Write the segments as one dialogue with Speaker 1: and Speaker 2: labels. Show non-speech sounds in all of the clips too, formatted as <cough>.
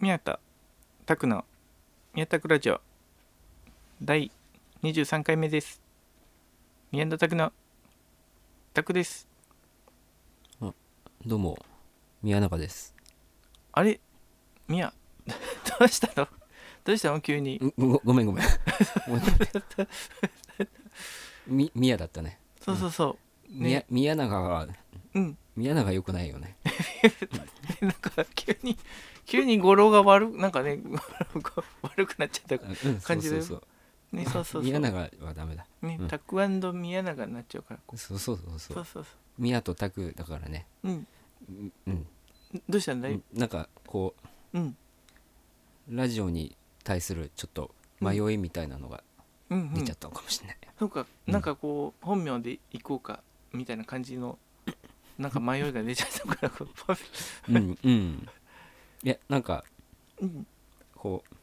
Speaker 1: 宮田拓の宮田拓ラジオ第23回目です宮田拓の拓です
Speaker 2: どうも宮中です
Speaker 1: あれ宮 <laughs> どうしたのどうしたの急に
Speaker 2: んごごめ
Speaker 1: <laughs>
Speaker 2: んごめんごめんみ宮だったね
Speaker 1: そうそうそ
Speaker 2: 宮
Speaker 1: ね
Speaker 2: 宮永は
Speaker 1: ううん <laughs>
Speaker 2: 宮永良くないよね
Speaker 1: なんか急に急に語呂が悪なんかね <laughs> 悪くなっちゃっ
Speaker 2: うんうんそう
Speaker 1: 感じ
Speaker 2: そ
Speaker 1: る
Speaker 2: うそう
Speaker 1: たねそうそうそ
Speaker 2: 宮
Speaker 1: う
Speaker 2: 永はダメだ
Speaker 1: ね
Speaker 2: うん
Speaker 1: タクアンド宮永になっちゃうからこう
Speaker 2: そうそうそうそ
Speaker 1: そう
Speaker 2: う
Speaker 1: そうそ
Speaker 2: 宮と拓だからね
Speaker 1: ううん
Speaker 2: うんうん
Speaker 1: どうしたんだ
Speaker 2: う
Speaker 1: い
Speaker 2: んなんかこ
Speaker 1: うん
Speaker 2: うラジオに対するちょっと迷いみたいなのが
Speaker 1: うんう
Speaker 2: 出
Speaker 1: ん
Speaker 2: ちゃったのかもしれない
Speaker 1: そうか、
Speaker 2: うん
Speaker 1: なんかこう本名で行こうかみたいな感じのなんか迷いが出ちゃったからこうパフ
Speaker 2: うんうんいやなんか
Speaker 1: うん
Speaker 2: こう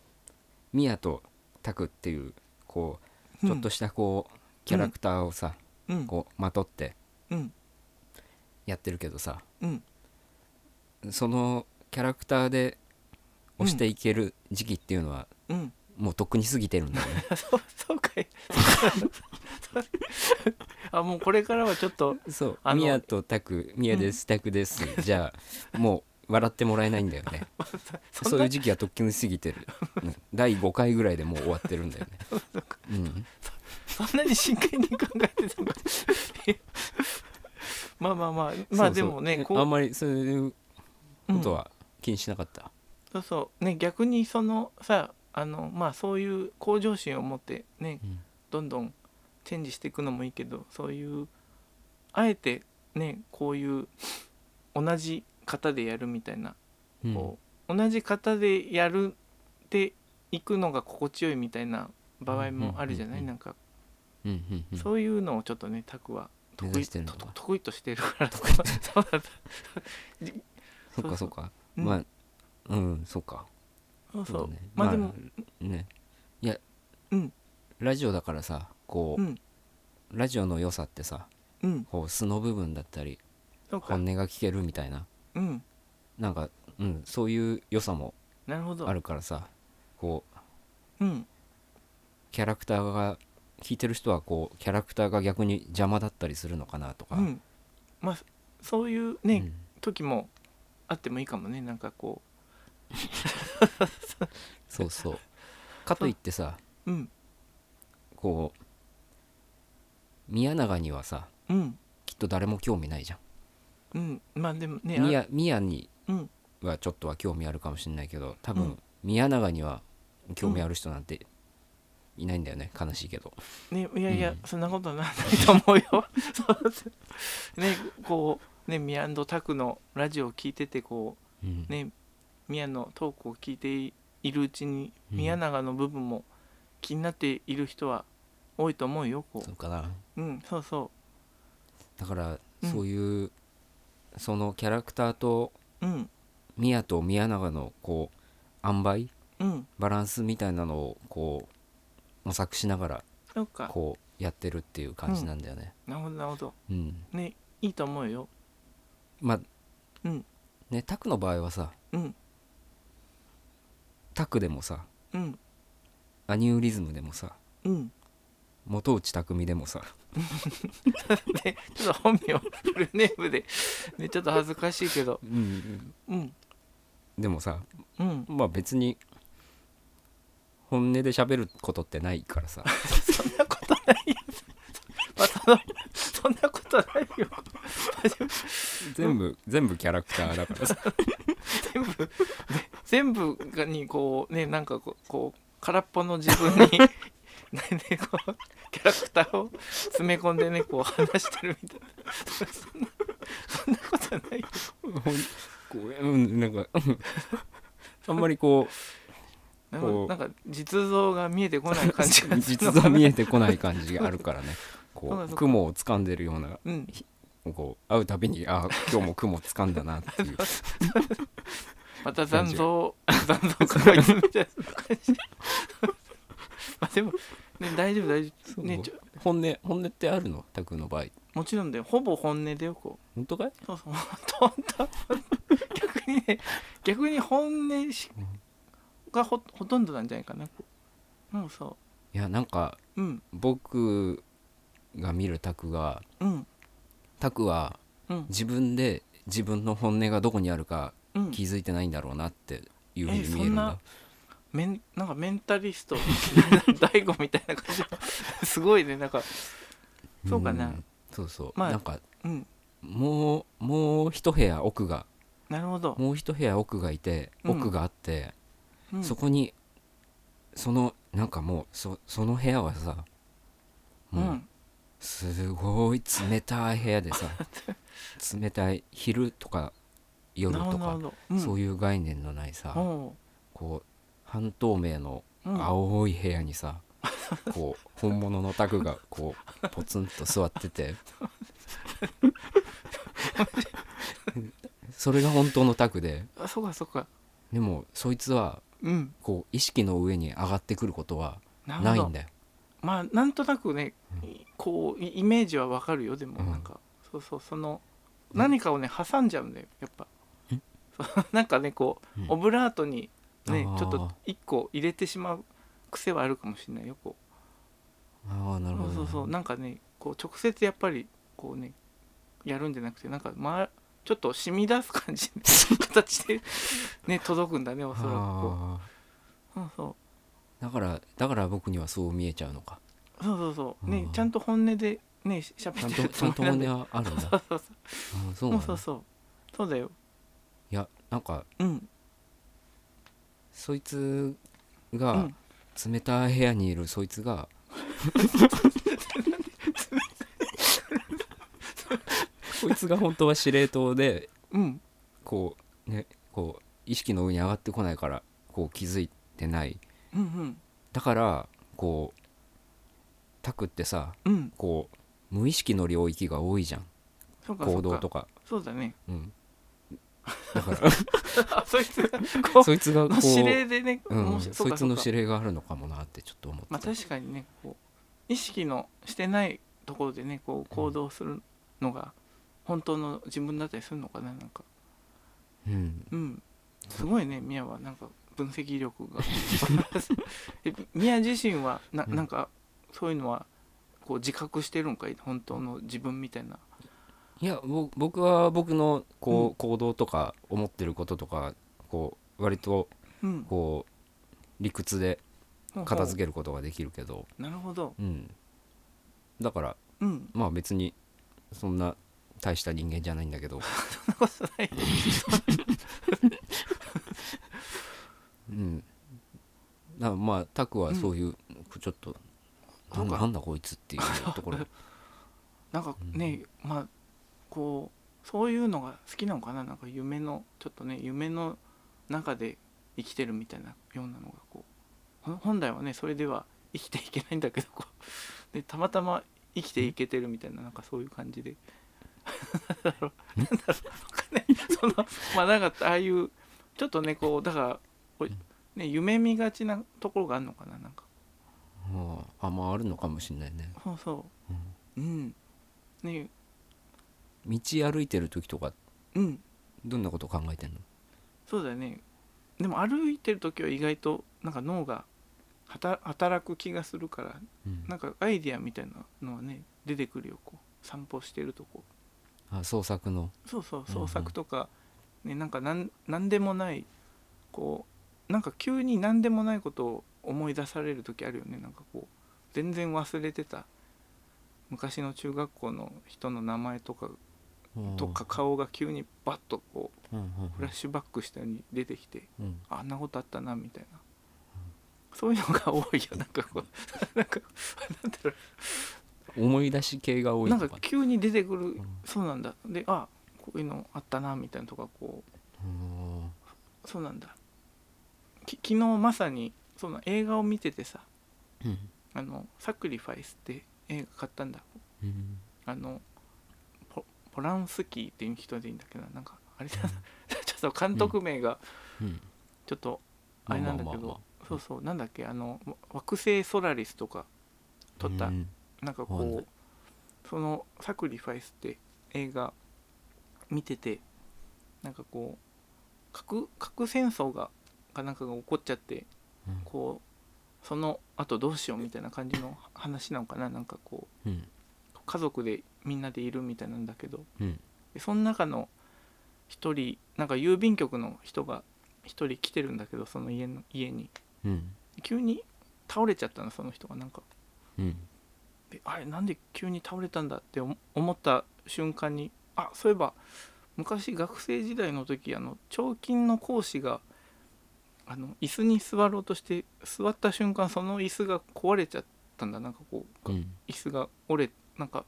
Speaker 2: 宮と拓っていうこう
Speaker 1: うん
Speaker 2: ちょっとしたこう、キャラクターをさ、
Speaker 1: うん
Speaker 2: こうまとって
Speaker 1: うん
Speaker 2: やってるけどさ
Speaker 1: うん
Speaker 2: そのキャラクターで押していける時期っていうのは、
Speaker 1: うん
Speaker 2: もうとっくに過ぎてるんだよね
Speaker 1: そうそうかい <laughs> あもうこれからはちょっと
Speaker 2: <laughs> そう
Speaker 1: あの
Speaker 2: 宮と拓宮です拓、ですじゃあもう笑ってもらえないんだよ <laughs> ね
Speaker 1: そんな
Speaker 2: そういう時期はとっくに過ぎてる、うん第5回ぐらいでもう終わってるんだよね <laughs> うん
Speaker 1: そんなに真剣に考えてたのか <laughs> まあまあまあまあでもね
Speaker 2: そうそうあ
Speaker 1: こ
Speaker 2: んまりそういう
Speaker 1: う
Speaker 2: こと
Speaker 1: うん
Speaker 2: は気にしなかった、
Speaker 1: そうそうね逆にそのさあのまあそういう向上心を持ってね
Speaker 2: うん
Speaker 1: どんどんチェンジしていくのもいいけどそういうあえてねこういう同じ型でやるみたいな、
Speaker 2: うん
Speaker 1: こう同じ型でやるっていくのが心地よいみたいな場合もあるじゃない、
Speaker 2: うんうん
Speaker 1: なんか、
Speaker 2: うんうんうん
Speaker 1: そういうのをちょっとねタクは
Speaker 2: 目
Speaker 1: 得
Speaker 2: 指
Speaker 1: 意
Speaker 2: してるの
Speaker 1: と
Speaker 2: か
Speaker 1: 得意としてるから <laughs> そうなんだ
Speaker 2: そっかそっか
Speaker 1: うん
Speaker 2: まあうんそっか
Speaker 1: そうそ
Speaker 2: そううだね
Speaker 1: まあでも、
Speaker 2: ねいや
Speaker 1: うん
Speaker 2: ラジオだからさこ
Speaker 1: うん
Speaker 2: うラジオの良さってさ
Speaker 1: うん
Speaker 2: こう素の部分だったり
Speaker 1: そうか
Speaker 2: 本音が聞けるみたいな
Speaker 1: うん
Speaker 2: なんかうんそういう良さも
Speaker 1: なるほど
Speaker 2: あるからさこう
Speaker 1: うん
Speaker 2: キャラクターが聞いてる人はこうキャラクターが逆に邪魔だったりするのかなと
Speaker 1: う
Speaker 2: か
Speaker 1: んまあそういう
Speaker 2: う
Speaker 1: ね、
Speaker 2: ん
Speaker 1: 時もあってもいいかもねなんかこ
Speaker 2: そ
Speaker 1: <laughs>
Speaker 2: うそうかといってさ
Speaker 1: ううん
Speaker 2: こう宮永にはさ
Speaker 1: うん
Speaker 2: きっと誰も興味ないじゃん
Speaker 1: うんまあでもねあ
Speaker 2: 宮宮に
Speaker 1: うん
Speaker 2: はちょっとは興味あるかもしれないけど多分、
Speaker 1: うん
Speaker 2: 宮永には興味ある人なんていないんだよね悲しいけど
Speaker 1: ねいやいや、
Speaker 2: うん
Speaker 1: そんなことはならないと思うよ <laughs> そうねこうね宮野拓のラジオを聞いててこ
Speaker 2: うん
Speaker 1: うね宮のトークを聞いているうちに、
Speaker 2: うん
Speaker 1: 宮永の部分も気になっている人は多いと思うよこ
Speaker 2: そうかな
Speaker 1: ううんそうそ
Speaker 2: だから、
Speaker 1: うん
Speaker 2: そういうそのキャラクターと
Speaker 1: ううん
Speaker 2: 宮と宮永のこう塩梅
Speaker 1: うん
Speaker 2: バランスみたいなのをこう模索しながら
Speaker 1: そうか
Speaker 2: こうやってるっていう感じなんだよね
Speaker 1: なるほどなるほど
Speaker 2: うん、
Speaker 1: ねいいと思うよ
Speaker 2: まあ
Speaker 1: うん
Speaker 2: ねタクの場合はさ
Speaker 1: うん
Speaker 2: タクでもさ
Speaker 1: うん
Speaker 2: アニューリズムでもさ
Speaker 1: うん
Speaker 2: 元内匠でもさ
Speaker 1: ね、ちょっと本名フルネームで、ね、ちょっと恥ずかしいけど、うん、
Speaker 2: でもさ
Speaker 1: うん、
Speaker 2: まあ別に本音で喋ることってないか
Speaker 1: <laughs>
Speaker 2: らさ
Speaker 1: そんなことないよ。まあ、その、そんなことないよ。
Speaker 2: 全部全部キャラクターだからさ
Speaker 1: 全部、ね全部がに、こう、ね、なんかこう、こう空っぽの自分に、 <laughs> ね、ねこう、キャラクターを詰め込んでね、こう、話してるみたいな。そんな、そんなことないよ。
Speaker 2: ほんこううんなん
Speaker 1: <laughs>
Speaker 2: かうんあんまりこ
Speaker 1: なんか
Speaker 2: こう
Speaker 1: なんか、実像が見えてこない感
Speaker 2: <laughs>
Speaker 1: じが
Speaker 2: う実像見えてこない感じがあるからね
Speaker 1: そうか
Speaker 2: こ
Speaker 1: そう
Speaker 2: う
Speaker 1: か
Speaker 2: 雲を掴んでるような
Speaker 1: うん、
Speaker 2: こう会うたびにああ今日も雲掴んだなって
Speaker 1: <laughs>
Speaker 2: いう
Speaker 1: また残像残像抱えてるみたいな感じ <laughs> まあでも、ね、大丈夫大丈夫、
Speaker 2: そう
Speaker 1: ね、ちょ
Speaker 2: 本音本音ってあるのタクの場合
Speaker 1: もちろんだよほぼ本音だよこう
Speaker 2: 本当かい
Speaker 1: <laughs> そうそうほんとほんと逆にね逆に本音しがほほとんどなんじゃないかなもうそ
Speaker 2: いやなんか
Speaker 1: ううん
Speaker 2: 僕が見るタクが
Speaker 1: うん
Speaker 2: タクは
Speaker 1: うん
Speaker 2: 自分で自分の本音がどこにあるか
Speaker 1: うん
Speaker 2: 気づいてないんだろうなっていうふうに
Speaker 1: えそん
Speaker 2: 見えるんだ、
Speaker 1: なメンなんかメンタリスト <laughs> 大悟みたいな感じ <laughs> すごいねなんかそうかなん
Speaker 2: そうそう、
Speaker 1: まあ
Speaker 2: なんか
Speaker 1: うん
Speaker 2: もうもう一部屋奥が
Speaker 1: なるほど、
Speaker 2: もう一部屋奥がいて
Speaker 1: うん
Speaker 2: 奥があって、
Speaker 1: うん、
Speaker 2: そこにそのなんかもうそその部屋はさ
Speaker 1: う
Speaker 2: もうんすごい冷たい部屋で
Speaker 1: <laughs>
Speaker 2: さ冷たい昼とか夜
Speaker 1: なるほ
Speaker 2: と
Speaker 1: どなる
Speaker 2: か
Speaker 1: ほど、うん、
Speaker 2: そう
Speaker 1: いう
Speaker 2: いう概念のないさ、こう半透明の
Speaker 1: う、うん、
Speaker 2: 青い部屋にさ、こう <laughs> 本物のタグがこうポツンと座って
Speaker 1: <laughs>
Speaker 2: てそれが本当のタグで
Speaker 1: あそうかそうか
Speaker 2: でもそいつは
Speaker 1: うん
Speaker 2: こう意識の上に上がってくることは
Speaker 1: なるほ
Speaker 2: ない
Speaker 1: ど
Speaker 2: んだよ。
Speaker 1: まあなんとなくねこうイイメージはわかるよでも
Speaker 2: うん
Speaker 1: なんか、そうそうその
Speaker 2: うん
Speaker 1: 何かをね挟んじゃうんだよやっぱ
Speaker 2: ん
Speaker 1: そう <laughs> なんかねこう、
Speaker 2: うん
Speaker 1: オブラートにね
Speaker 2: あー
Speaker 1: ちょっと一個入れてしまう癖はあるかもしれないよこ
Speaker 2: ああな
Speaker 1: う
Speaker 2: るほど、
Speaker 1: そうそうそうなんかねこう直接やっぱりこうねやるんじゃなくてなんか、ま、ちょっと染み出す感じ形
Speaker 2: <laughs>
Speaker 1: でね届くんだねおそらくこ
Speaker 2: あ
Speaker 1: うそうそう
Speaker 2: ーだからだから僕にはそう見えちゃうのか。
Speaker 1: そうそうそうね
Speaker 2: うん
Speaker 1: ちゃんと本音でねしゃべ
Speaker 2: ちゃ
Speaker 1: っ
Speaker 2: ん
Speaker 1: て <laughs>
Speaker 2: と
Speaker 1: る
Speaker 2: ちゃんと本
Speaker 1: なんだよ
Speaker 2: 音はあるんだ。
Speaker 1: そうそうそう
Speaker 2: あーそう
Speaker 1: そ
Speaker 2: な
Speaker 1: う
Speaker 2: の
Speaker 1: そうそうそうだよ
Speaker 2: いやなんか
Speaker 1: うん
Speaker 2: そいつ
Speaker 1: う
Speaker 2: が
Speaker 1: ん
Speaker 2: 冷たい部屋にいるそい
Speaker 1: <laughs>
Speaker 2: つがこいつが本当は司令塔で
Speaker 1: うん
Speaker 2: こうねこう意識の上に上がってこないからこう気づいてない
Speaker 1: うんうん
Speaker 2: だからこうタクってさ
Speaker 1: うん
Speaker 2: こう無意識の領域が多いじゃん
Speaker 1: そうかそうか
Speaker 2: 行動とか
Speaker 1: そうだね <laughs>
Speaker 2: うんだから
Speaker 1: あそいつがこ
Speaker 2: そいつが
Speaker 1: う
Speaker 2: こ
Speaker 1: の指
Speaker 2: う、
Speaker 1: 令でね
Speaker 2: う
Speaker 1: も
Speaker 2: ん、
Speaker 1: し
Speaker 2: そいつの指
Speaker 1: 令
Speaker 2: 令があるのかもなってちょっと思って
Speaker 1: まあ
Speaker 2: た
Speaker 1: 確かにねこう意識のしてないところでねこう行動するのが本当の自分だったりするのかななんか
Speaker 2: うん
Speaker 1: うんすごいねミヤはなんか分析力
Speaker 2: <laughs>
Speaker 1: がえミヤ自身はな
Speaker 2: うん
Speaker 1: なんかそういうのはこう自覚してるんかい本当の自分みたいない
Speaker 2: やぼ僕は僕のこう、
Speaker 1: うん
Speaker 2: 行動とか思ってることとかこう割と
Speaker 1: うん
Speaker 2: こう理屈で片付
Speaker 1: け
Speaker 2: けることができるけど、
Speaker 1: なるほど
Speaker 2: うん、だから
Speaker 1: うん
Speaker 2: まあ別にそんな大した人間じゃないんだけど、
Speaker 1: そんなことない
Speaker 2: うん、だからまあタクはそういう、ちょっと
Speaker 1: そ
Speaker 2: な
Speaker 1: うんか
Speaker 2: なんだこいつっていう
Speaker 1: <laughs>
Speaker 2: ところ
Speaker 1: なんかね、まあこうそういうのが好きなのかななんか夢のちょっとね夢の中で生きてるみたいなようなのがこうほん本来はねそれでは生きていけないんだけどこうでたまたま生きていけてるみたいななんかそういう感じで <laughs> なんだろうなんだろうわかんないそのまあなんかああいうちょっとねこうだからこうね夢見がちなところがあるのかななんか
Speaker 2: うんあまああるのかもしれないね
Speaker 1: そうそううんね
Speaker 2: 道歩いてる時とか
Speaker 1: うん
Speaker 2: どんなこと考えてんの
Speaker 1: そうだよねでも歩いてる時は意外となんか脳がはた働く気がするから
Speaker 2: うん
Speaker 1: なんかアイディアみたいなのはね出てくるよこう散歩してるとこ
Speaker 2: あ創作の
Speaker 1: そうそう
Speaker 2: うんうん
Speaker 1: 創作とか、ね、なんかなんなんでもないこうなんか急に何でもないことを思い出される時あるよねなんかこう全然忘れてた昔の中学校の人の名前とか
Speaker 2: うん
Speaker 1: とか顔が急にバッとこう
Speaker 2: うんうんうん
Speaker 1: フラッシュバックしたように出てきて
Speaker 2: うん
Speaker 1: あんなことあったなみたいな、そういうのが多いよなんかこう <laughs> なんかなんだろ
Speaker 2: 思い出し系が多
Speaker 1: う
Speaker 2: い
Speaker 1: なん
Speaker 2: と
Speaker 1: か
Speaker 2: か
Speaker 1: 急に出てくる、
Speaker 2: ん
Speaker 1: そうなんだであこういうのあったなみたいなとかこ
Speaker 2: うん
Speaker 1: うそうなんだき昨日まさにその映画を見ててさ
Speaker 2: うん
Speaker 1: 「あのサクリファイス」って映画買ったんだ
Speaker 2: うん
Speaker 1: あのポポランスキーっていう人でいいんだけどなんかあれだな <laughs> ちょっと監督名が
Speaker 2: うん
Speaker 1: ちょっとあれなんだけど、
Speaker 2: まあまあまあま
Speaker 1: そうそうなんだっけあのわ惑星ソラリスとか
Speaker 2: あ
Speaker 1: 撮った、
Speaker 2: うん
Speaker 1: なんか
Speaker 2: わかんな
Speaker 1: こ
Speaker 2: いう
Speaker 1: その「サクリファイス」って映画見ててなんかこう核核戦争がかなんかが起こっちゃって
Speaker 2: うん
Speaker 1: こうそのあとどうしようみたいな感じの話なのかななんかこ
Speaker 2: うん
Speaker 1: う家族でみんなでいるみたいなんだけど
Speaker 2: うん
Speaker 1: でその中の一人なんか郵便局の人が一人来てるんだけどその家の家に
Speaker 2: うん
Speaker 1: 急に倒れちゃったのその人がなんか
Speaker 2: うん
Speaker 1: であれなんで急に倒れたんだって思思った瞬間にあそういえば昔学生時代の時あの彫金の講師があの椅子に座ろうとして座った瞬間その椅子が壊れちゃったんだなんかこう、
Speaker 2: うん
Speaker 1: 椅子が折れなんか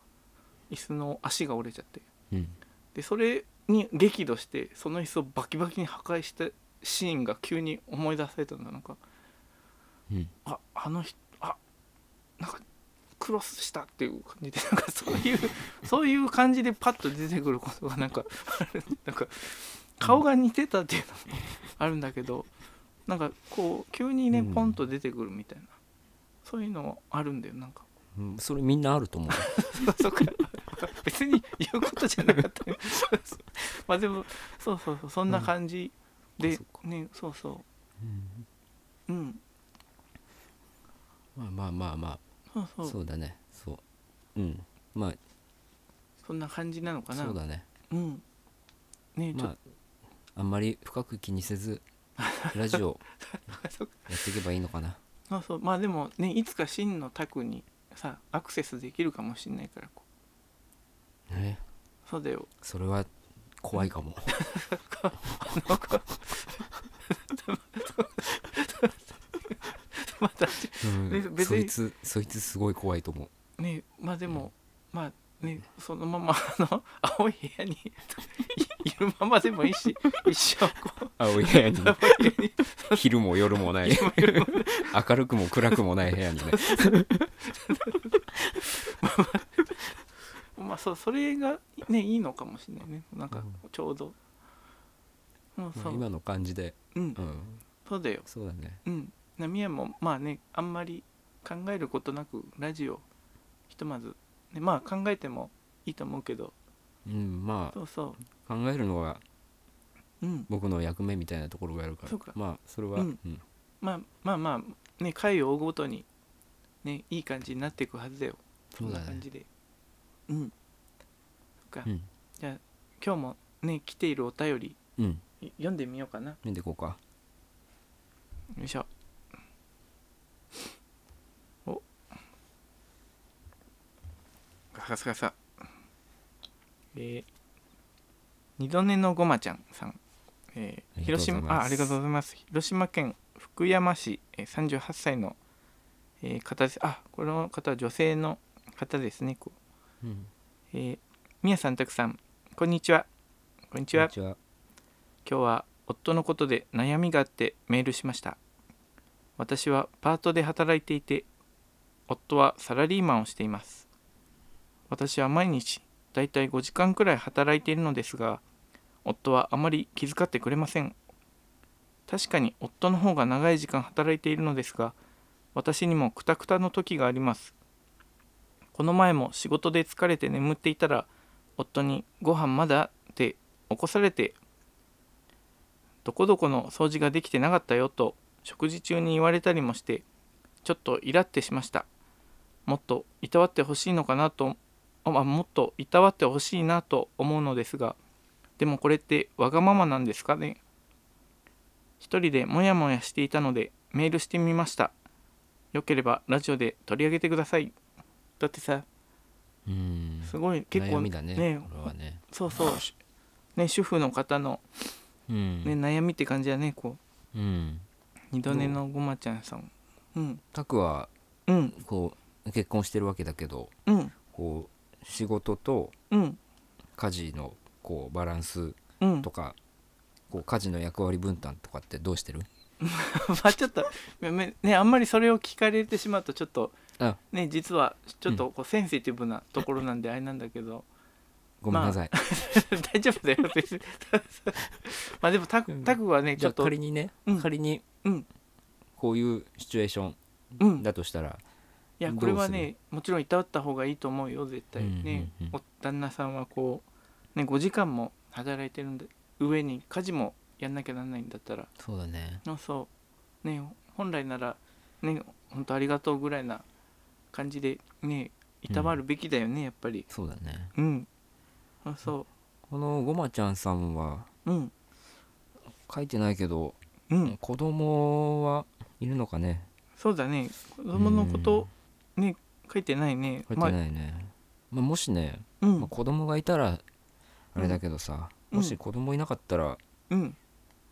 Speaker 1: 椅子の足が折れちゃって
Speaker 2: うん
Speaker 1: でそれに激怒してその椅子をバキバキに破壊したシーンが急に思い出されたんだなんか
Speaker 2: うん
Speaker 1: ああの人あなんかクロスしたっていう感じでなんかそう
Speaker 2: <laughs>
Speaker 1: いうそういう感じでパッと出てくることがなんか <laughs> あるなんか顔が似てたっていうのもあるんだけどなんかこう急にね
Speaker 2: うん
Speaker 1: ポンと出てくるみたいな、そういうのあるんだよなんか
Speaker 2: うんそれみんなあると思う
Speaker 1: そっか別に言うことじゃなかったよ <laughs> まあでもそうそうそうそんな感じ
Speaker 2: うんあ
Speaker 1: で、
Speaker 2: そっか
Speaker 1: ねそうそ
Speaker 2: う
Speaker 1: うう
Speaker 2: ん
Speaker 1: ん
Speaker 2: <laughs> まあまあまあま
Speaker 1: そうそ
Speaker 2: あ
Speaker 1: う
Speaker 2: そうだねそううんま
Speaker 1: そんな感じなの
Speaker 2: あ
Speaker 1: かな
Speaker 2: そうだね
Speaker 1: うんねちょっと
Speaker 2: まああんまり深く気にせずラジ <laughs> オやっていけばいいのかな
Speaker 1: そうそうまあでもねいつか真の宅にさアクセスできるかもしれないからこ
Speaker 2: ね
Speaker 1: うそうだよ
Speaker 2: それは怖いかも
Speaker 1: なんか <laughs> また
Speaker 2: うん
Speaker 1: で別
Speaker 2: そ
Speaker 1: に
Speaker 2: いつそいつすごい怖いと思う
Speaker 1: ねまあでも、まあねそのままあの青い部屋にいいるままでもいいし一生こう
Speaker 2: 青い部屋に
Speaker 1: 青い部屋に
Speaker 2: <laughs> 昼も夜もない明るくも暗くもない部屋にね
Speaker 1: まあそうそれがねいいのかもしれないねなんか
Speaker 2: う
Speaker 1: ちょうど、うん
Speaker 2: まあ
Speaker 1: そう、
Speaker 2: 今の感じで
Speaker 1: うん
Speaker 2: う、ん
Speaker 1: そうだよ
Speaker 2: そうだね
Speaker 1: うん、ナミヤもまあねあんまり考えることなくラジオひとまず、ね、まあ考えてもいいと思うけど
Speaker 2: うんまあ
Speaker 1: そうそ
Speaker 2: 考えるのが
Speaker 1: う、うん、
Speaker 2: 僕の役目みたいなところがあるから
Speaker 1: そうか
Speaker 2: まあそれは、
Speaker 1: う
Speaker 2: うんん
Speaker 1: まあまあまあね回を追うごとにねいい感じになっていくはずだよそ
Speaker 2: そ
Speaker 1: ん
Speaker 2: うだ
Speaker 1: な
Speaker 2: ね
Speaker 1: 感じでうんそっか、
Speaker 2: うん
Speaker 1: 今日もね来ているお便り
Speaker 2: うん
Speaker 1: い読んでみようかな
Speaker 2: 見ていこうか
Speaker 1: よいしょおガサガサガサえー、二度寝のごまちゃんさん、えー
Speaker 2: ありがとう
Speaker 1: 広
Speaker 2: ござい
Speaker 1: 島
Speaker 2: ます
Speaker 1: あありがとうございます広島県福山市、えー、38歳の、えー方ですあこの方は女性の方ですねこう
Speaker 2: うん
Speaker 1: えー、宮さんたくさんこんにちはこんにちは
Speaker 2: ちは
Speaker 1: 今日は夫のことで悩みがあってメールしました私はパートで働いていて夫はサラリーマンをしています私は毎日だいたい5時間くらい働いているのですが夫はあまり気遣ってくれません確かに夫の方が長い時間働いているのですが私にもクタクタの時がありますこの前も仕事で疲れて眠っていたら夫に「ご飯まだ?」って起こされてどこどこの掃除ができてなかったよと食事中に言われたりもしてちょっとイラってしましたもっといたわってほしいのかなとあまあもっといたわってほしいなと思うのですがでもこれってわがままなんですかね一人でモヤモヤしていたのでメールしてみましたよければラジオで取り上げてくださいだってさ
Speaker 2: うん
Speaker 1: すごい結構
Speaker 2: 悩みだね
Speaker 1: ね
Speaker 2: これはね
Speaker 1: そうそうね主婦の方の、
Speaker 2: うん、
Speaker 1: ね、悩みって感じだねこう
Speaker 2: うん
Speaker 1: 二度寝のごまちゃんさんうん
Speaker 2: タクは
Speaker 1: うん
Speaker 2: こう結婚してるわけだけど
Speaker 1: うん
Speaker 2: こう仕事と
Speaker 1: うん
Speaker 2: 家事のこうバランス
Speaker 1: うん
Speaker 2: とかこう家事の役割分担とかってどうしてる
Speaker 1: <laughs> まあちょっとめめねあんまりそれを聞かれてしまうとちょっと
Speaker 2: あ
Speaker 1: ね実はちょっとこうセンシティブなところなんであれなんだけ
Speaker 2: <laughs>
Speaker 1: ど
Speaker 2: ごめんなさい、
Speaker 1: 大丈夫だよ別にまあでもタクタクはねち
Speaker 2: じ
Speaker 1: ょ
Speaker 2: ゃあ
Speaker 1: っと
Speaker 2: 仮にね、
Speaker 1: うん
Speaker 2: 仮に
Speaker 1: うん
Speaker 2: こういうシチュエーショ
Speaker 1: うん
Speaker 2: ンだとしたら、
Speaker 1: いや
Speaker 2: どう
Speaker 1: これはねもちろんいたわった方がいいと思うよ絶対ね、
Speaker 2: うんうんうん
Speaker 1: お旦那さんはこう、ね、5時間も働いてるんで上に家事もやんなきゃなんないんだったら
Speaker 2: そうだね
Speaker 1: あそうね本来ならね本当ありがとうぐらいな感じでねいたわるべきだよね、やっぱり
Speaker 2: そうだね
Speaker 1: うんあそ
Speaker 2: このごまちゃんさんは
Speaker 1: ううん
Speaker 2: 書いてないけど、
Speaker 1: うん
Speaker 2: 子供はいるのかね
Speaker 1: そうだね子供のことね書いてないね
Speaker 2: 書いてない
Speaker 1: ま
Speaker 2: ね、まあ、もしね、
Speaker 1: あう
Speaker 2: まあ、
Speaker 1: ん
Speaker 2: 子供がいたらあれだけどさ、
Speaker 1: うん
Speaker 2: もし子供いなかったら
Speaker 1: うん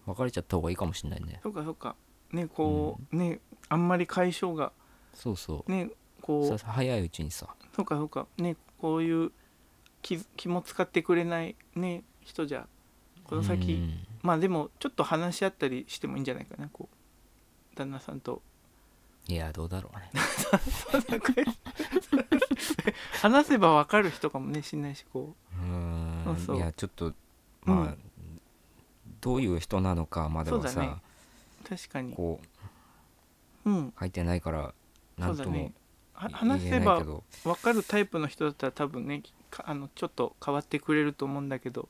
Speaker 2: 別れちゃった方がいいかもしれないね
Speaker 1: そうかそうかねこう、ねあんまり解消が
Speaker 2: そうそ
Speaker 1: ね
Speaker 2: う
Speaker 1: こ
Speaker 2: さ
Speaker 1: う
Speaker 2: 早いうちにさ
Speaker 1: そうかそうかねこういう気気も使ってくれないね人じゃこの先、
Speaker 2: うん
Speaker 1: まあでもちょっと話し合ったりしてもいいんじゃないかなこう旦那さんと
Speaker 2: いやどうだろうね
Speaker 1: 話せば分かる人かもねしんないしこ
Speaker 2: うーん
Speaker 1: そうそう
Speaker 2: いやちょっとまあ、
Speaker 1: うん
Speaker 2: どういう人なのかまでは
Speaker 1: そうだ
Speaker 2: さ、
Speaker 1: う確かに
Speaker 2: こう
Speaker 1: うん
Speaker 2: 書いてないからな
Speaker 1: そ
Speaker 2: ん
Speaker 1: うだ
Speaker 2: とも
Speaker 1: ねは
Speaker 2: 言
Speaker 1: 話せ
Speaker 2: えないけ
Speaker 1: ば
Speaker 2: ど
Speaker 1: 分かるタイプの人だったら多分ねかあのちょっと変わってくれると思うんだけど、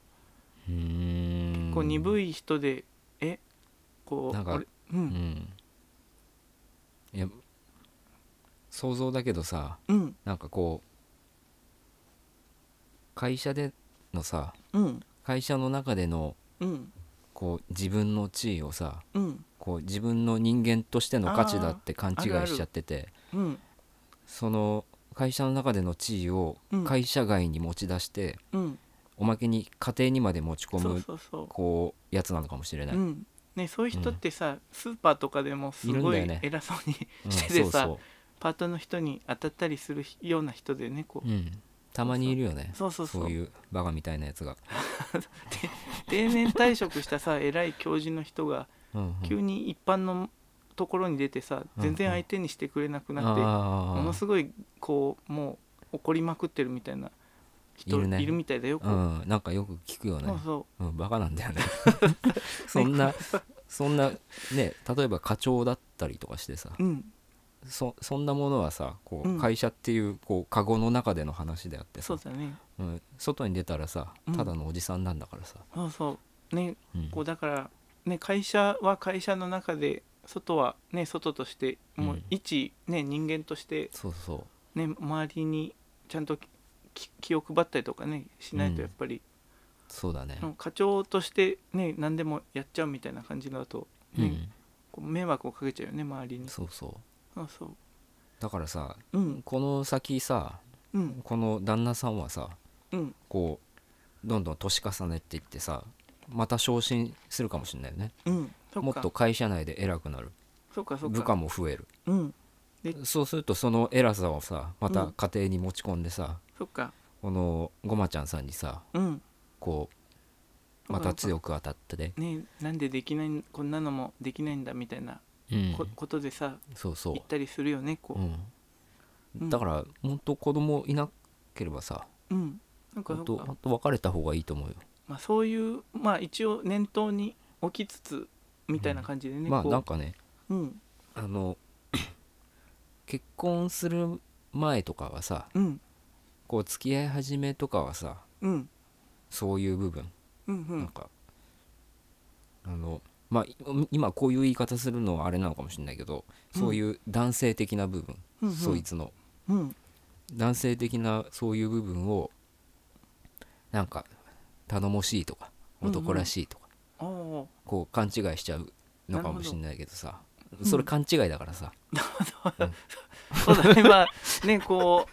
Speaker 2: うーん
Speaker 1: こう鈍
Speaker 2: い、
Speaker 1: い人でえこう
Speaker 2: なんか
Speaker 1: 俺う
Speaker 2: うんん、いや想像だけどさ
Speaker 1: うん
Speaker 2: なんかこう会社でのさ
Speaker 1: うん
Speaker 2: 会社の中での
Speaker 1: うん
Speaker 2: こう自分の地位をさ
Speaker 1: うん
Speaker 2: こう自分の人間としての価値だって勘違
Speaker 1: あーあるあ
Speaker 2: い
Speaker 1: る
Speaker 2: しちゃってて
Speaker 1: うん
Speaker 2: その会社の中での地位を
Speaker 1: うん
Speaker 2: 会社外に持ち出して、
Speaker 1: うん
Speaker 2: おまけに家庭にまで持ち込む
Speaker 1: そうそうそ
Speaker 2: こうやつなのかもしれな
Speaker 1: う
Speaker 2: い、
Speaker 1: う
Speaker 2: うん
Speaker 1: んねそういう人ってさ、スーパーとかでもすご
Speaker 2: いる
Speaker 1: い
Speaker 2: んだよね
Speaker 1: 偉そうにして
Speaker 2: そ
Speaker 1: て
Speaker 2: う
Speaker 1: さ、
Speaker 2: そ
Speaker 1: パートの人に当たったりするような人でねこ
Speaker 2: う、うん、たまにいるよね
Speaker 1: うそうそうそう
Speaker 2: いうバカみたいなやつが、
Speaker 1: 定年退職した
Speaker 2: <laughs>
Speaker 1: さ偉い教授の人が
Speaker 2: うんうん
Speaker 1: 急に一般のところに出てさ、
Speaker 2: うん
Speaker 1: 全然相手にしてくれなくなって、
Speaker 2: あー
Speaker 1: ものすごいこうもう怒りまくってるみたいな人
Speaker 2: い
Speaker 1: い
Speaker 2: る
Speaker 1: る,、
Speaker 2: ね
Speaker 1: みたいだよ、こう
Speaker 2: うん、なんかよく聞くよね
Speaker 1: そう、そ
Speaker 2: うん、バカなん
Speaker 1: <laughs>
Speaker 2: だよねそんなそんなね例えば課長だったりとかしてさ
Speaker 1: ううん
Speaker 2: そそんなものはさこ
Speaker 1: う
Speaker 2: うん会社っていうこうカゴの中での話であってさ、
Speaker 1: そうだね
Speaker 2: うん、外に出たらさ
Speaker 1: うん
Speaker 2: ただのおじさんなんだからさ、
Speaker 1: そうそうね
Speaker 2: うん
Speaker 1: こうだから、ね、会社は会社の中で外は、ね、外としても
Speaker 2: う
Speaker 1: うん一、ね、人間として、
Speaker 2: そうそう
Speaker 1: ね、周りにちゃんとき気を配ったりとかねしない
Speaker 2: うん
Speaker 1: とやっぱり、
Speaker 2: そうだね
Speaker 1: その課長として、ね、何でもやっちゃうみたいな感じだと、
Speaker 2: う
Speaker 1: ね
Speaker 2: ん
Speaker 1: こう迷惑をかけちゃうよね周りに。
Speaker 2: そうそう
Speaker 1: そうそう
Speaker 2: だからさ
Speaker 1: うん
Speaker 2: この先さ
Speaker 1: うん
Speaker 2: この旦那さんはさ
Speaker 1: うん
Speaker 2: こうどんどん年重ねていってさまた昇進するかもしれないよね
Speaker 1: うんそ
Speaker 2: も
Speaker 1: っ
Speaker 2: っ
Speaker 1: か
Speaker 2: と会社内で偉くなる
Speaker 1: そうかそうか
Speaker 2: 部下も増える
Speaker 1: うん
Speaker 2: そうするとその偉さをさま
Speaker 1: う
Speaker 2: た
Speaker 1: ん
Speaker 2: 家庭に持ち込んでさ、
Speaker 1: そっか
Speaker 2: このごまちゃんさんにさ
Speaker 1: うん
Speaker 2: こうまた強く当たってね、
Speaker 1: ねなんでできないこんなのもできないんだみたいな
Speaker 2: うん
Speaker 1: こ,、ことでさ
Speaker 2: そうそう
Speaker 1: 言ったりするよねこう、
Speaker 2: う、
Speaker 1: うんん
Speaker 2: だから本当子供いなければさ
Speaker 1: うん、なんかそ
Speaker 2: 本当
Speaker 1: うか
Speaker 2: 本当別れた方がいいと思うよ、
Speaker 1: まあ、そういうまあ一応念頭に置きつつみたいな感じでね、
Speaker 2: まあ
Speaker 1: こう
Speaker 2: なんかね
Speaker 1: うん
Speaker 2: あの <coughs> 結婚する前とかはさ
Speaker 1: うん
Speaker 2: こう付き合い始めとかはさ
Speaker 1: うん
Speaker 2: そういう部分、
Speaker 1: うんう
Speaker 2: なん
Speaker 1: ん
Speaker 2: かあのまあい今こういう言い方するのはあれなのかもしれないけどそういう男性的な部分、
Speaker 1: うんうん
Speaker 2: そいつの
Speaker 1: うん
Speaker 2: 男性的なそういう部分をなんか頼もしいとか
Speaker 1: うんうん
Speaker 2: 男らしいとか、
Speaker 1: ああ
Speaker 2: こう勘違いしちゃうのかもしれないけどさ
Speaker 1: ど
Speaker 2: それ勘違いだからさ、
Speaker 1: そうだねまあねこ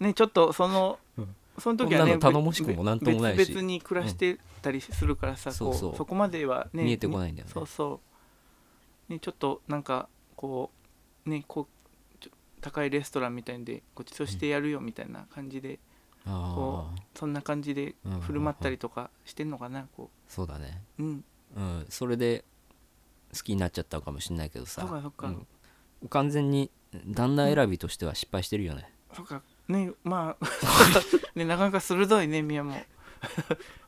Speaker 1: うねちょっとその、
Speaker 2: うん
Speaker 1: その時は
Speaker 2: こんな
Speaker 1: ね
Speaker 2: の頼もしくもなんともないし
Speaker 1: 別々に暮らしてたりするからさ、
Speaker 2: うん
Speaker 1: こう
Speaker 2: そうそう
Speaker 1: そこまではね
Speaker 2: 見えてこ
Speaker 1: い、
Speaker 2: ないんだよね
Speaker 1: そうそうねちょっとなんかこうねこうちょ高いレストランみたいんでごちそうしてやるよみたいな感じで、
Speaker 2: あ
Speaker 1: こ
Speaker 2: あ
Speaker 1: そんな感じで振る舞ったりとかしてんのかなこ
Speaker 2: そうだね
Speaker 1: ううん
Speaker 2: うんそれで好きになっちゃったのかもしれないけど
Speaker 1: そっか
Speaker 2: さ、
Speaker 1: そっか、
Speaker 2: うん完全に旦那選びとしては失敗してるよね、
Speaker 1: そっかねまあ <laughs> ねなかなか鋭いね宮も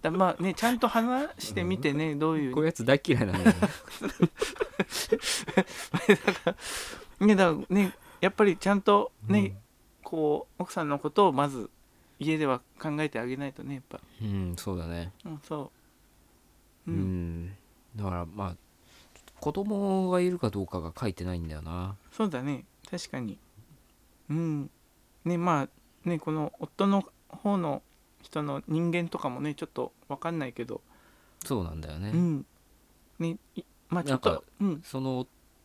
Speaker 1: だまあねちゃんと話してみてね、どういう
Speaker 2: こういうやつ大嫌い <laughs> なんだよね
Speaker 1: ねだからねやっぱりちゃんとね、こう奥さんのことをまず家では考えてあげないとねやっぱ、
Speaker 2: うんそうだね
Speaker 1: うん、そうう、う
Speaker 2: ん、
Speaker 1: ん
Speaker 2: だからまあ子供がいるかどうかが書いてないんだよな
Speaker 1: そうだね確かにうんねまあねこの夫の方の人の人間とかもねちょっと分かんないけど
Speaker 2: そうなんだよね、
Speaker 1: うんねいまあちょっ
Speaker 2: なん
Speaker 1: と
Speaker 2: か
Speaker 1: うん
Speaker 2: その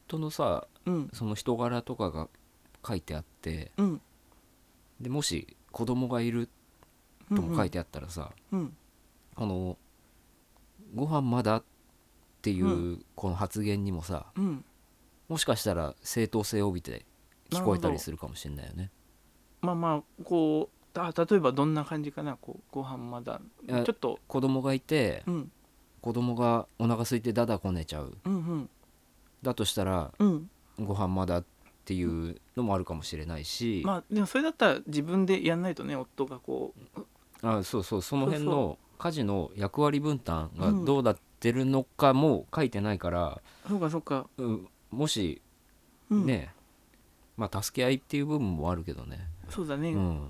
Speaker 2: 夫のさ
Speaker 1: うん
Speaker 2: その人柄とかが書いてあって
Speaker 1: うん
Speaker 2: でもし子供がいるとも書い
Speaker 1: て
Speaker 2: てあったらさ、
Speaker 1: うん
Speaker 2: あの「ご飯まだ?」っていう、
Speaker 1: う
Speaker 2: この発言にもさ
Speaker 1: うん
Speaker 2: もしかしたら正当性を帯びて聞こえたりするかもしれないよね。
Speaker 1: まあまあこうあ例えばどんな感じかなこうご飯まだ
Speaker 2: い
Speaker 1: ち
Speaker 2: や
Speaker 1: ょっと
Speaker 2: 子供がいて
Speaker 1: うん
Speaker 2: 子供がお腹空いてダダこねちゃう
Speaker 1: うんうん
Speaker 2: だとしたら
Speaker 1: うん
Speaker 2: 「ご飯まだ?」っていうのもあるかもしれないし、
Speaker 1: まあでもそれだったら自分でやんないとね夫がこう
Speaker 2: あそうそうその辺
Speaker 1: そう
Speaker 2: の家事の役割分担が
Speaker 1: うん
Speaker 2: どうなってるのかも書いてないから、
Speaker 1: そうかそうか、
Speaker 2: うんもし
Speaker 1: うん、
Speaker 2: ね、まあ助け合いっていう部分もあるけどね、
Speaker 1: そうだね、
Speaker 2: うん、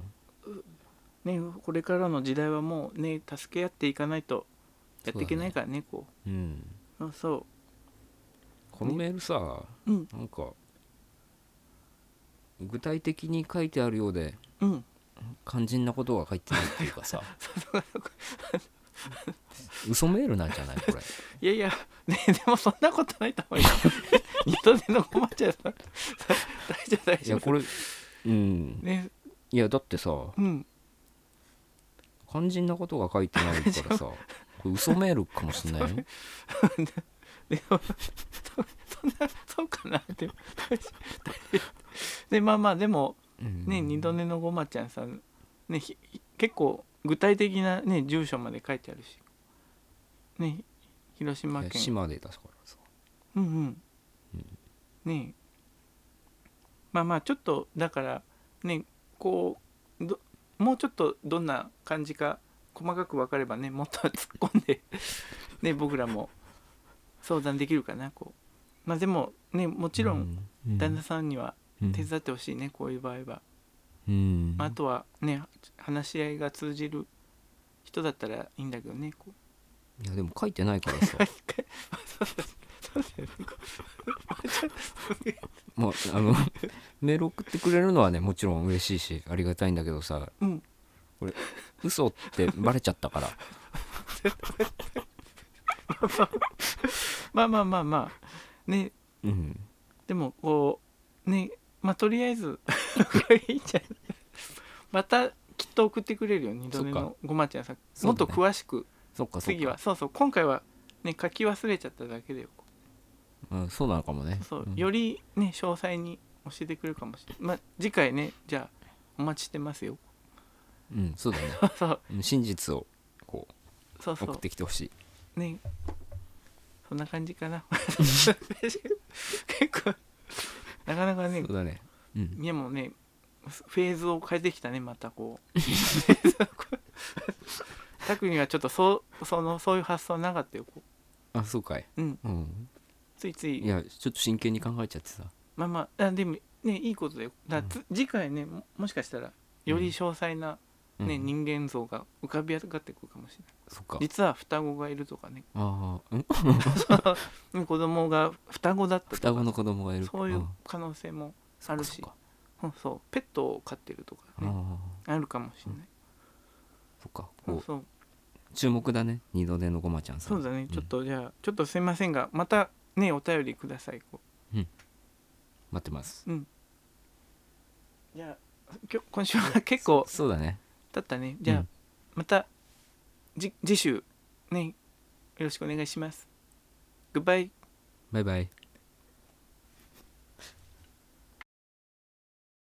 Speaker 1: ね、これからの時代はもうね助け合っていかないとやっていけないからねこ
Speaker 2: うん、
Speaker 1: うあそ
Speaker 2: このメールさ、
Speaker 1: ううん
Speaker 2: なんか具体的に書いてあるようで
Speaker 1: うん
Speaker 2: 肝心なことが書いてないっていう
Speaker 1: <laughs>
Speaker 2: かさ嘘メールなんじゃないこ
Speaker 1: <laughs>
Speaker 2: れ
Speaker 1: いやいや、ね、でもそんなことないと思う
Speaker 2: <laughs>
Speaker 1: よ二度手の困っちゃう <laughs> さ大丈夫大
Speaker 2: い
Speaker 1: 丈
Speaker 2: や
Speaker 1: 夫
Speaker 2: これうん
Speaker 1: ね
Speaker 2: いやだってさ
Speaker 1: うん
Speaker 2: 肝心なことが書いてないか
Speaker 1: <laughs>
Speaker 2: らさこれ嘘メールかもしんないよ
Speaker 1: でもそそんな <laughs> そうかなって大丈夫大丈夫でまあまあでもね、
Speaker 2: うん
Speaker 1: 二度寝のごまちゃんさんねひひ結構具体的なね住所まで書いてあるしね広島
Speaker 2: いや
Speaker 1: 県
Speaker 2: 島で出すからさ
Speaker 1: うんうん、
Speaker 2: うん
Speaker 1: ねえまあまあちょっとだからねこうどもうちょっとどんな感じか細かく分かればねもっと突っ込んでね僕らも相談できるかなこうまあでもねもちろん
Speaker 2: うん
Speaker 1: 旦那さんには
Speaker 2: うん
Speaker 1: 手伝ってほしいねこういう場合は、
Speaker 2: うん
Speaker 1: まあ、あとはね話し合いが通じる人だったらいいんだけどねこう
Speaker 2: いやでも書いてないから
Speaker 1: <laughs>
Speaker 2: さまああのメール送ってくれるのはねもちろん嬉しいしありがたいんだけどさ
Speaker 1: うん
Speaker 2: 嘘ってバレちゃったから
Speaker 1: まあまあまあまあね
Speaker 2: うん
Speaker 1: でもこうねまあとりあえず <laughs> これいいんじゃないまたきっと送ってくれるよ二度寝
Speaker 2: そっ
Speaker 1: のごまちゃんさん、
Speaker 2: そうだ
Speaker 1: も
Speaker 2: ね
Speaker 1: っと詳しく
Speaker 2: そっかそっか
Speaker 1: 次はそうそう今回はね書き忘れちゃっただけでよ
Speaker 2: うん、そうなのかもね
Speaker 1: そう
Speaker 2: うん
Speaker 1: よりね詳細に教えてくれるかもしれない、まあ、次回ねじゃあお待ちしてますよ <laughs>
Speaker 2: うんそうだね
Speaker 1: そう
Speaker 2: うん真実をこう
Speaker 1: そうそ
Speaker 2: 送っ
Speaker 1: う
Speaker 2: てきてほしい
Speaker 1: ねそんな感じか
Speaker 2: <laughs>
Speaker 1: な結構なかなかね
Speaker 2: そうだねうん
Speaker 1: いやもうねフェーズを変えてきたねまたこ
Speaker 2: <laughs>
Speaker 1: うタクにはちょっとそうそのそういう発想なかったよこ、
Speaker 2: あそうかいう
Speaker 1: うん、
Speaker 2: うん
Speaker 1: ついつい
Speaker 2: いやちょっと真剣に考えちゃってさ
Speaker 1: まあまああでもねいいことだよだからつ、次回ねももしかしたらより詳細な、
Speaker 2: うん
Speaker 1: ね人間像が浮かび上がってくるかもしれない
Speaker 2: そっか
Speaker 1: 実は双子がいるとかね
Speaker 2: ああうん
Speaker 1: う
Speaker 2: <laughs>
Speaker 1: ん子供が双子だったとか
Speaker 2: 双子の子供がいる
Speaker 1: そうい
Speaker 2: ん
Speaker 1: う可能性もあるし
Speaker 2: そっか
Speaker 1: うんそうペットを飼ってるとか
Speaker 2: そっか
Speaker 1: ね
Speaker 2: ああ
Speaker 1: あるかもしれない、
Speaker 2: そっか
Speaker 1: うん
Speaker 2: こう
Speaker 1: そう
Speaker 2: 注目だね二度寝のごまちゃんさん
Speaker 1: そうだね、ちょっとじゃあちょっとすいませんがまたねお便りくださいこ
Speaker 2: 待ってます
Speaker 1: ううんじゃあ今日今週は結構
Speaker 2: そうだね
Speaker 1: 経ったねじゃあ、
Speaker 2: うん
Speaker 1: またじ次週ねよろしくお願いしますグッバイ
Speaker 2: バイバイ